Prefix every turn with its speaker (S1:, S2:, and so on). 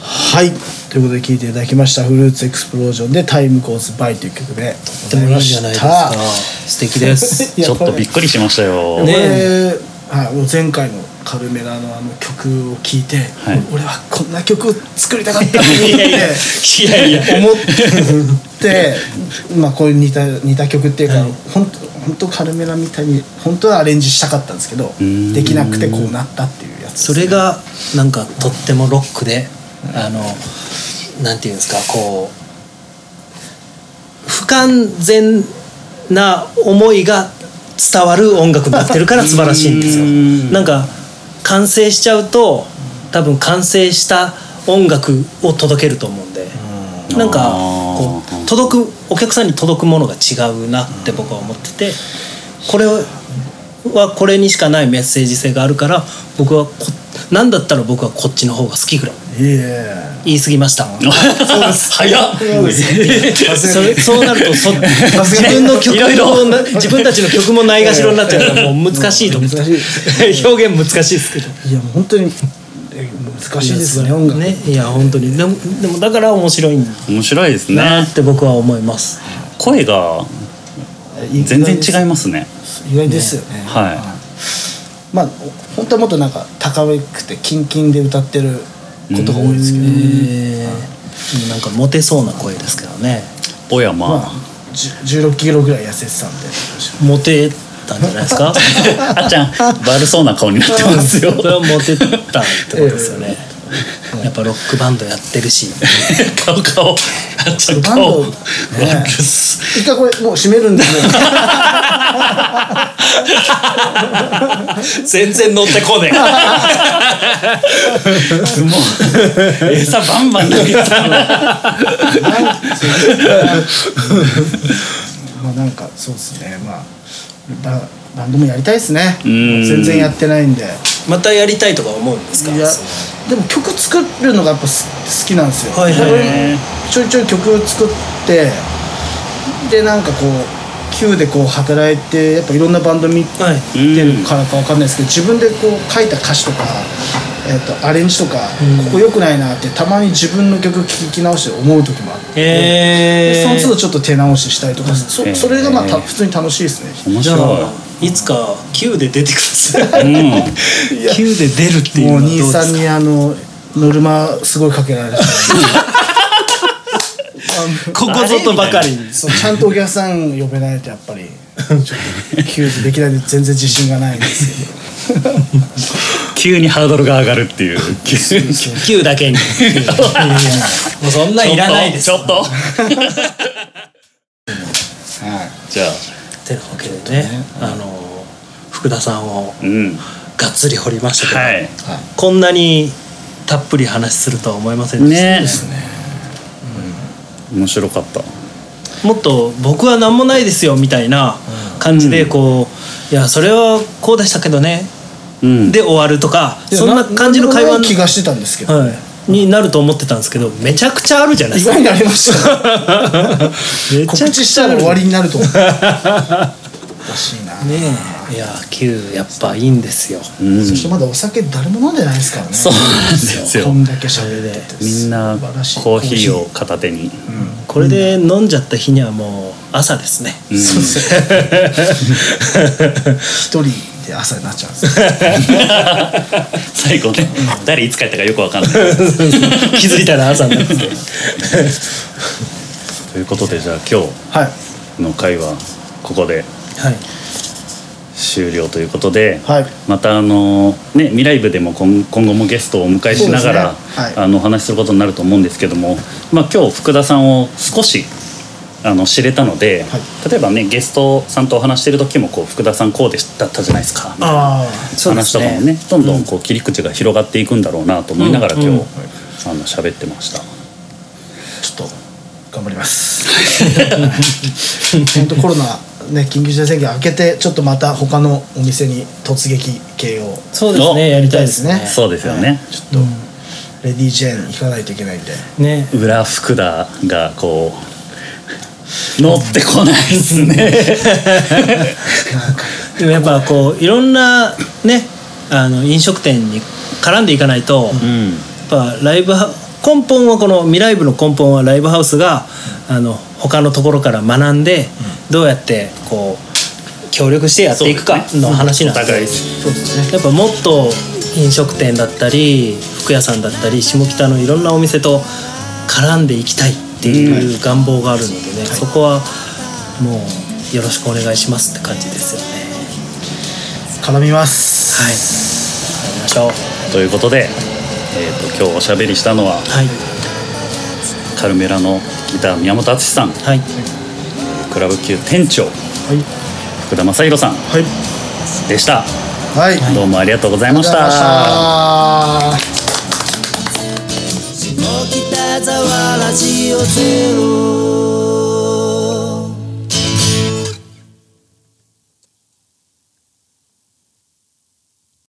S1: はいということで聴いていただきました「フルーツエクスプロージョン」で「タイムゴーズバイ」という曲で
S2: とてもいいじゃないですか素敵です
S1: い や
S3: ちょっとびっくりしましたよ、
S1: こ
S2: ね
S1: れ、はい、もう前回のカルメラのあの曲を聴いて、
S3: はい
S1: 俺はこんな曲を作りたかったって思って
S3: いやいや
S1: 思ってまあこういう似た似た曲っていうか、
S2: はい
S1: 本当本当カルメラみたいに本当はアレンジしたかったんですけど
S3: ん
S1: できなくてこうなったっていうやつ
S2: それがなんかとってもロックであのなんていうんですかこう不完全な思いが伝わる音楽になってるから素晴らしいんですよ。
S3: うん
S2: なんか完成しちゃうと多分完成した音楽を届けると思うんでなんかこ
S3: あ
S2: う
S3: ー
S2: 届くお客さんに届くものが違うなって僕は思っててこれをはこれにしかないメッセージ性があるから僕はこなんだったら僕はこっちの方が好きぐらい
S1: いえ
S2: 言い過ぎました
S3: 早っ
S2: それそうなるとそ自
S1: がに
S2: 分の曲
S3: いろい
S2: もな
S3: ろ
S2: 自分たちの曲もないがしろになっちゃうからもう難しいと思って
S1: 難しいですね
S2: 表現難しいですけど
S1: いやもう本当にえ難しいですね音楽
S2: ねいや本当にでもでもだから面白いん
S3: 面白いです
S2: だなっ
S3: ね
S2: て僕は思います、
S3: 声が全然違いますね
S1: 意外ですよね
S3: は
S1: まあ本当はもっとなんか高くてキンキンで歌ってることが多いですけど
S2: えーなんかモテそうな声ですけどね
S3: いおやま
S1: まあじゅ16キロぐらい痩せてたんで
S2: モテたん じゃないですか
S3: あっちゃん悪そうな顔になってますよ
S2: それはモテたってことですよね、やっぱロックバンドやってるし
S3: 顔顔あっちゃん
S1: バンド
S3: 顔
S1: ね
S3: 悪す
S1: 一回これもう締めるんで、ね、
S2: 全然乗ってこね
S3: もう餌バンバン投げてたの
S1: まあなんかそうですねまあババンドもやりたいですね
S3: ん
S1: 全然やってないんでい
S2: えまたやりたいとか思うんですか
S1: や
S2: そ
S1: で
S2: の
S1: も曲作るのがやっぱす好きなんですよ、
S2: はいは
S1: で
S2: い
S1: 俺ちょいちょい曲を作ってでなんかこう Q でこう働いてやっぱいろんなバンド見て
S2: はい
S1: るからかわかんないですけど自分でこう書いた歌詞とか、えっとアレンジとか、ここ良くないなってたまに自分の曲聴き直して思う時もあって。
S2: え
S1: で
S2: ー、
S1: その都度ちょっと手直ししたりとか、そ
S3: へー
S1: それがまあた普通に楽しいですね。
S3: 面
S2: じゃ
S3: 白
S2: あいつか Q で出てください
S3: いうん
S2: Q で出るっていう
S1: もう
S2: のはどうで
S1: 兄
S2: すか
S1: さんにあのノルマすごいかけられて
S2: ここぞとばかりに
S1: そうちゃんとお客さん呼べないとやっぱりちょっと給付できないで全然自信がないんですけど。
S3: 急にハードルが上がるっていう急に
S2: Q だ けにもうそんなんいらないです
S3: ちょっと
S1: はい。
S3: じゃあ
S2: てなわけでねあの福田さんを
S3: うん
S2: がっつり掘りましたけど、
S3: はい
S2: こんなにたっぷり話するとは思いませんでした、
S3: ね面白かった
S2: もっと「僕は何もないですよ」みたいな感じでこう、いやそれはこうでしたけどね」
S3: うん
S2: で終わるとか
S1: いや
S2: そんな感じの会
S1: な
S2: 話
S1: んでもない気がしてたんですけど。
S2: はい、になると思ってたんですけどめちゃくちゃあるじゃない
S1: 意
S2: ですか
S1: 外になりました。
S2: め
S1: 告知したら終わりになると思う。おかしいな。
S2: ねえいや Q やっぱいいんですよ
S3: うん
S1: そしてまだお酒誰も飲んでないですからね。
S3: そうなんですよ
S1: こんだけ喋れてて。
S3: みんな
S1: 素晴らしい
S3: コーヒーを片手に
S2: これで飲んじゃった日にはもう朝ですね、
S1: そうそう一人で朝になっちゃうんですよ
S3: 最後ね誰いつ帰ったかよくわかんない
S2: 気づいたら朝になってて
S3: ということでじゃあ今
S1: はい
S3: 日の会はここで
S2: はい
S3: 終了ということで、
S1: はい
S3: またあのね未来部でも今今後もゲストをお迎えしながら、
S1: そうですねはい
S3: あのお話しすることになると思うんですけども、まあ、今日福田さんを少しあの知れたので、
S1: はい
S3: 例えばねゲストさんとお話してる時もこう福田さんこうでしただったじゃないですか。
S1: あ
S2: そうです
S3: 話とかもねどんどんこう切り口が広がっていくんだろうなと思いながら今日、あの喋ってました。
S1: あちょっと頑張ります 本当コロナね緊急事態宣言明けてちょっとまた他のお店に突撃系を
S2: そうですね
S3: お
S2: やりたいですね
S3: そうですよね
S1: はいちょっと、レディー・ジェーン行かないといけないんで
S2: ね
S3: 裏福田がこう 乗ってこないですね。
S2: でもやっぱこういろんなねあの飲食店に絡んでいかないと、やっぱライブハ根本はこの未来部の根本はライブハウスがあの他のところから学んでどうやってこう協力してやっていくかの話なん
S3: お互い
S1: そうですね
S2: やっぱもっと飲食店だったり服屋さんだったり下北のいろんなお店と絡んでいきたいっていう願望があるのでね、そこはもうよろしくお願いしますって感じですよね。
S1: 絡みます
S2: はい、やりましょう。
S3: ということで、えー、と今日おしゃべりしたのは
S2: はい、
S3: カルメラのギター宮本敦さん
S2: はい、
S3: クラブ級店長
S1: はい
S3: 福田正宏さん
S1: はい
S3: でした
S1: はい、
S3: どうもありがとうござい
S1: ありがとうご
S3: まし。
S1: ざいましたた
S2: 下北沢ラジオゼロ